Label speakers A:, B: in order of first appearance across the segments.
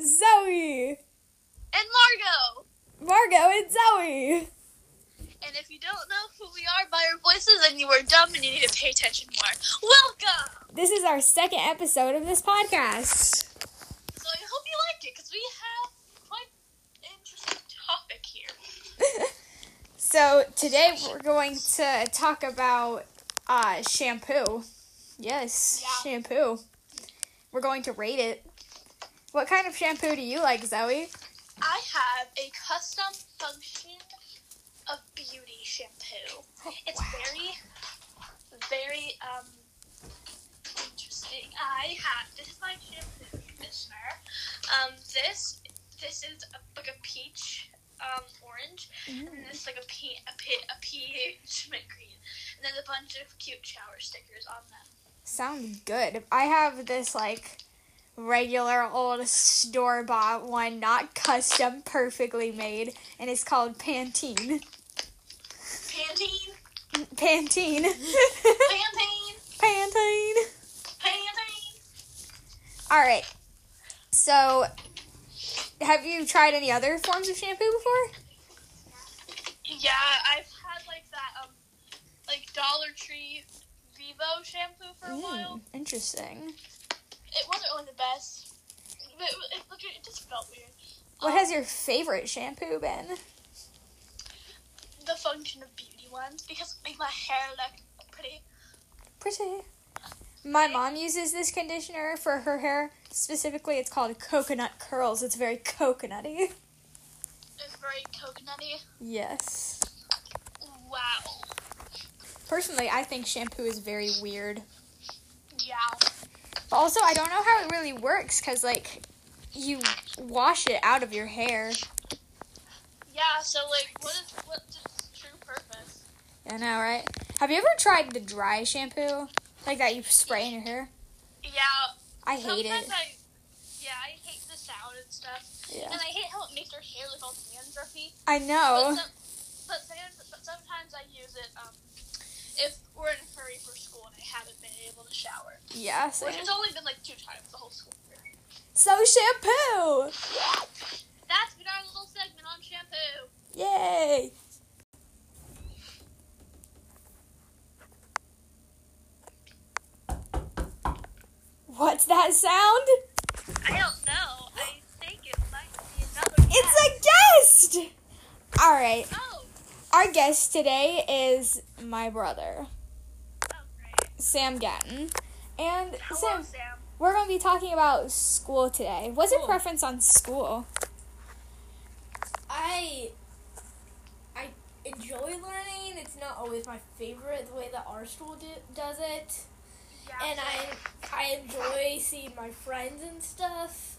A: Zoe.
B: and Margot.
A: Margo and Zoe.
B: And if you don't know who we are by our voices, then you are dumb and you need to pay attention more. Welcome!
A: This is our second episode of this podcast.
B: So I hope you liked it because we have quite an interesting topic here.
A: So today we're going to talk about uh, shampoo. Yes,
B: Yeah.
A: shampoo. We're going to rate it. What kind of shampoo do you like, Zoe?
B: I have a custom function of beauty shampoo. It's very, very um interesting. I have this is my shampoo conditioner. Um, this this is a, like a peach um orange, and this is like a pe- a, pe- a peach mint green, and there's a bunch of cute shower stickers on them.
A: Sounds good. I have this like regular old store bought one, not custom, perfectly made, and it's called Pantene.
B: Pantene,
A: Pantene.
B: Pantene,
A: Pantene.
B: Pantene.
A: All right. So, have you tried any other forms of shampoo before?
B: Yeah, I've had like that um like Dollar Tree Vivo shampoo for a while.
A: Mm, interesting.
B: It wasn't really the best. But it, it, it, it just felt weird.
A: What
B: Um,
A: has your favorite shampoo been?
B: the function of beauty ones because it made my hair look pretty.
A: Pretty. My mom uses this conditioner for her hair. Specifically, it's called coconut curls. It's very coconutty.
B: It's very coconutty.
A: Yes.
B: Wow.
A: Personally, I think shampoo is very weird.
B: Yeah.
A: But also, I don't know how it really works because, like, you wash it out of your hair.
B: Yeah. So like, what is what's its true purpose?
A: I know, right? Have you ever tried the dry shampoo? Like that you spray in your hair?
B: Yeah.
A: I hate
B: sometimes
A: it.
B: I, yeah, I hate the sound and stuff,
A: Yeah.
B: and I hate how it makes your hair look all dandruffy.
A: I
B: But,
A: know.
B: some, but, some- but sometimes I use it um, if we're in a hurry for school and I haven't been able to shower.
A: Yeah, so,
B: Which has only been like two times the whole school year.
A: so shampoo!
B: That's been our little segment on shampoo.
A: Yay! What's that sound?
B: I don't know. I think it might be another.
A: It's a guest! Alright,
B: Oh,
A: our guest today is my brother,
B: oh great.
A: Sam Gatton. And
B: Hello,
A: Sam,
B: Sam.
A: We're going to be talking about school today. What's your
C: Cool.
A: preference on school?
C: I I enjoy learning. It's not always my favorite the way that our school do, does it,
B: Yeah.
C: and I I enjoy seeing my friends and stuff.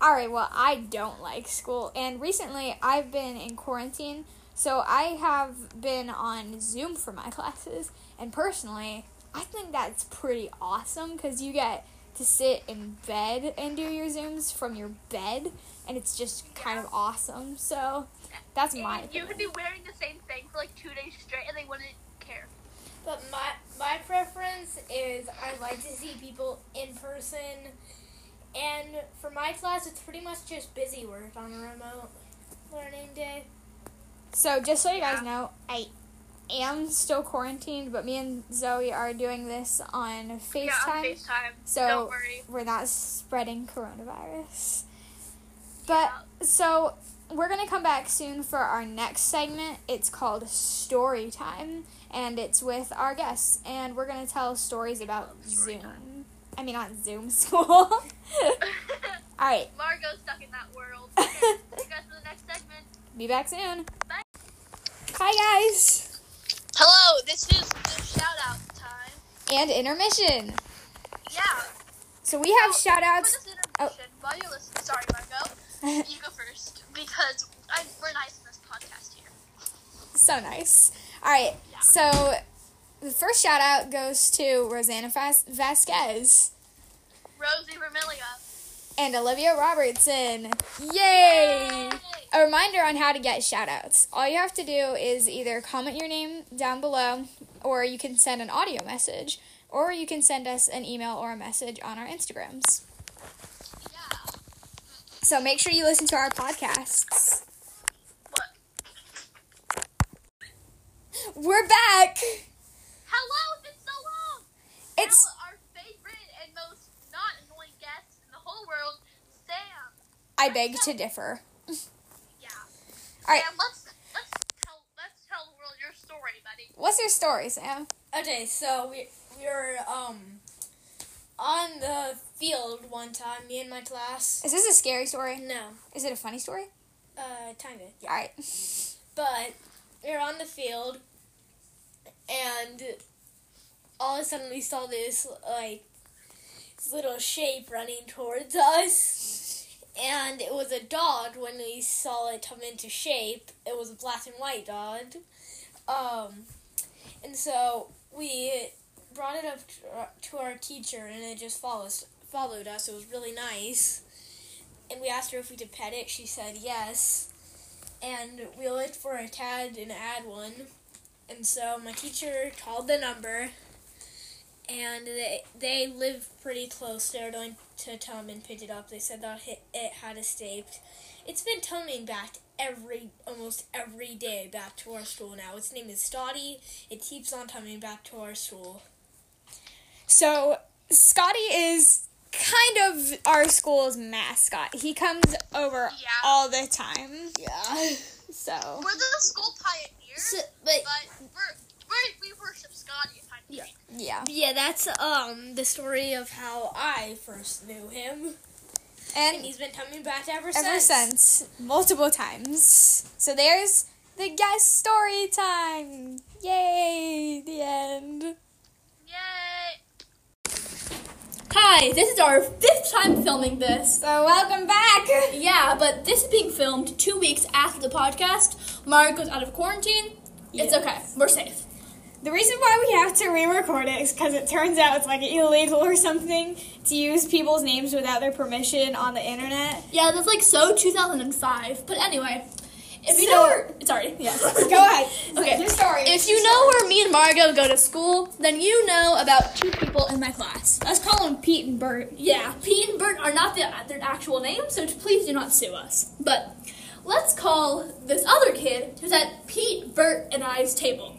A: All right, well, I don't like school. And recently I've been in quarantine, so I have been on Zoom for my classes. And personally, I think that's pretty awesome because you get to sit in bed and do your Zooms from your bed, and it's just kind of awesome. So that's my
B: And you could
A: opinion.
B: be wearing the same thing for like two days straight, and they wouldn't care.
C: But my my preference is I like to see people in person, and for my class, it's pretty much just busy work on a remote learning day.
A: So just so you guys
B: Yeah.
A: know, I am still quarantined, but me and Zoe are doing this on FaceTime.
B: Yeah, on FaceTime.
A: So-
B: don't worry.
A: We're not spreading coronavirus. But so we're gonna come back soon for our next segment. It's called Story Time, and it's with our guests, and we're gonna tell stories about
B: Love story
A: Zoom. I mean, not Zoom school. All right,
B: Margo's stuck in that world. Okay, see you guys for the next segment.
A: be back soon.
B: Bye.
A: Hi guys,
B: Hello, this is the shout out time.
A: and intermission.
B: Yeah.
A: So we have Oh.
B: So,
A: shout outs.
B: For this intermission, while you're listening, sorry, Margo. You go first because i we're nice in this podcast here.
A: so nice. All right.
B: Yeah.
A: So the first shout out goes to Rosanna Vas- Vasquez
B: Rosie Vermilia.
A: and Olivia Robertson. Yay! A reminder on how to get shout outs. All you have to do is either comment your name down below, or you can send an audio message, or you can send us an email or a message on our Instagrams.
B: Yeah.
A: So make sure you listen to our podcasts.
B: What?
A: We're back.
B: Hello, it's been so long.
A: It's
B: Now our favorite and most not annoying guest in the whole world, Sam.
A: I beg to differ.
B: Yeah.
A: All right.
B: Sam, let's let's tell let's tell the world your story, buddy.
A: What's your story, Sam?
C: Okay, so we we were um on the field one time, me and my class.
A: Is this a scary story?
C: No,
A: Is it a funny story?
C: uh, kind of.
A: All right.
C: But we were on the field, and all of a sudden we saw this like this little shape running towards us, and it was a dog. When we saw it come into shape, it was a black and white dog. Um, and so we brought it up to our- to our teacher, and it just follows followed us. It was really nice. And we asked her if we could pet it. She said yes and we looked for a cat and add one. And so my teacher called the number, and they they live pretty close. They're going to come and pick it up. They said that it it had escaped. It's been coming back every almost every day back to our school now. Its name is Stoddy. It keeps on coming back to our school.
A: So Scotty is kind of our school's mascot. He comes over
B: Yeah.
A: all the time.
C: Yeah.
A: So
B: We're the school pioneers,
C: So, but
B: but we're, we're we worship Scotty. I think.
C: Yeah.
A: yeah,
C: yeah, that's um the story of how I first knew him, and
A: and
C: he's been coming back ever since.
A: ever since multiple times. So there's the guest story time. Yay! The end.
B: Yay!
D: Hi, this is our fifth time filming this.
A: So welcome back.
D: Yeah, but this is being filmed two weeks after the podcast. Mara goes out of quarantine. It's okay. We're safe.
A: The reason why we have to re-record it is because it turns out it's like illegal or something to use people's names without their permission on the internet.
D: Yeah, that's like so 2005. But anyway, if you
A: So-
D: know where, sorry, yes.
A: Go ahead.
D: Okay.
A: Your story.
D: If you know where me and Margo go to school, then you know about two people in my class.
A: Let's call them Pete and Bert.
D: Yeah, Pete and Bert are not the, uh, their actual names, so please do not sue us. But let's call this other kid who's at Pete, Bert, and I's table.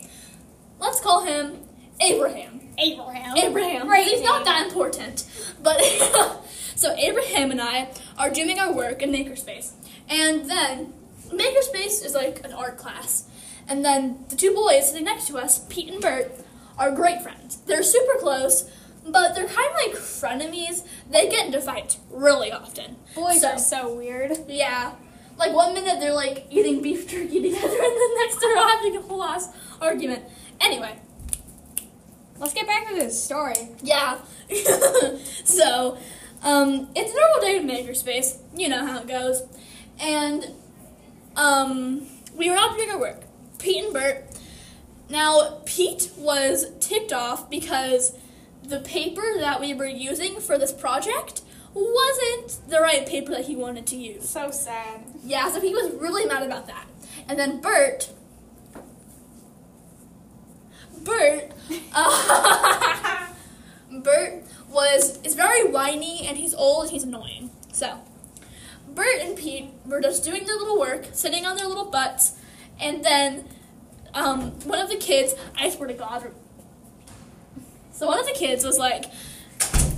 D: Let's call him Abraham.
A: Abraham.
D: Abraham.
A: Great
D: He's not that important. But so Abraham and I are doing our work in Makerspace. And then Makerspace is like an art class. And then the two boys sitting next to us, Pete and Bert, are great friends. They're super close, but they're kind of like frenemies. They get into fights really often.
A: Boys
D: So-
A: are so weird.
D: yeah. Like one minute they're like eating beef jerky together, and the next they're having a whole ass argument. Anyway,
A: Let's get back to the story.
D: Yeah. so, um, it's a normal day in Makerspace. You know how it goes. And, um, we were out doing our work. Pete and Bert. Now, Pete was ticked off because the paper that we were using for this project wasn't the right paper that he wanted to use.
A: So sad.
D: Yeah, so he was really mad about that. And then Bert. Bert. Uh, Bert was is very whiny and he's old and he's annoying. So Bert and Pete were just doing their little work, sitting on their little butts, and then um, one of the kids, I swear to God. So one of the kids was like,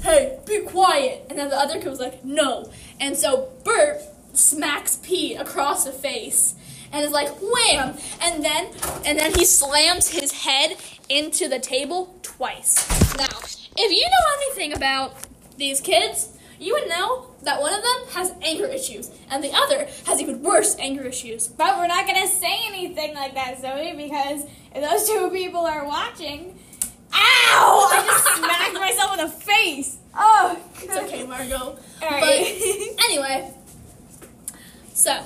D: hey, be quiet. And then the other kid was like, no. And so Bert smacks Pete across the face and is like, wham. And then, and then he slams his head into the table twice. Now, if you know anything about these kids, you would know that one of them has anger issues and the other has even worse anger issues.
A: But we're not gonna say anything like that, Zoe, because if those two people are watching. Ow! I just smacked myself in the face. Oh,
D: It's okay, Margot.
A: All right.
D: But anyway, so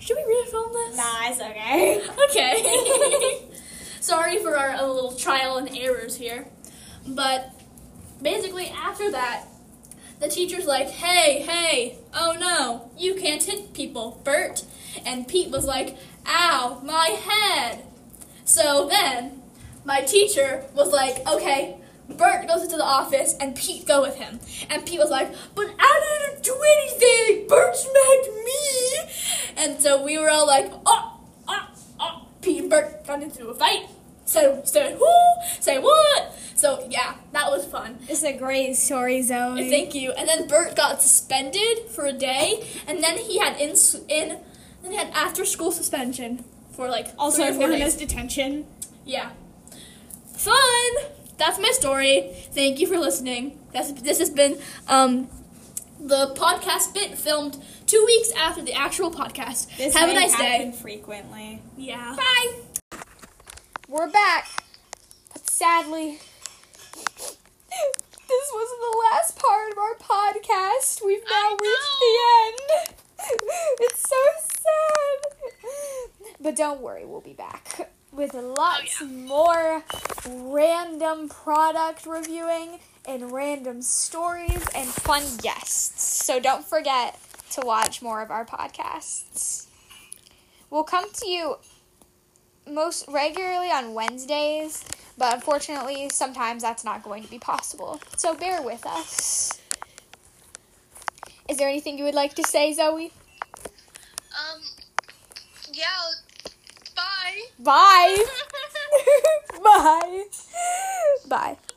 D: should we refilm this?
A: nah, it's okay.
D: Okay. Sorry for our uh, little trial and errors here, but basically after that, the teacher's like, "Hey, hey, oh no, you can't hit people, Bert," and Pete was like, "Ow, my head." So then, my teacher was like, "Okay, Bert goes into the office and Pete go with him. And Pete was like, But I didn't do anything! Bert smacked me! And so we were all like, Oh, oh, oh. Pete and Bert got into a fight. So, so who? Say what? So, yeah, that was fun.
A: It's a great story, Zoe.
D: Thank you. And then Bert got suspended for a day, and then he had in in then he had after school suspension for like three
E: Also
D: or four
E: known
D: days.
E: as detention.
D: Yeah. Fun! That's my story. Thank you for listening. That's, this has been um, the podcast bit filmed two weeks after the actual podcast.
E: This
D: Have a
E: may
D: nice
E: happen
D: day.
E: Frequently.
D: Yeah.
A: Bye. We're back, but sadly, this was the last part of our podcast. We've now reached the end. It's so sad. But don't worry, we'll be back with lots more random product reviewing and random stories and fun guests. So don't forget to watch more of our podcasts. We'll come to you most regularly on Wednesdays, but unfortunately, sometimes that's not going to be possible. So bear with us. Is there anything you would like to say, Zoe?
B: Um, yeah, bye.
A: Bye. Bye. Bye.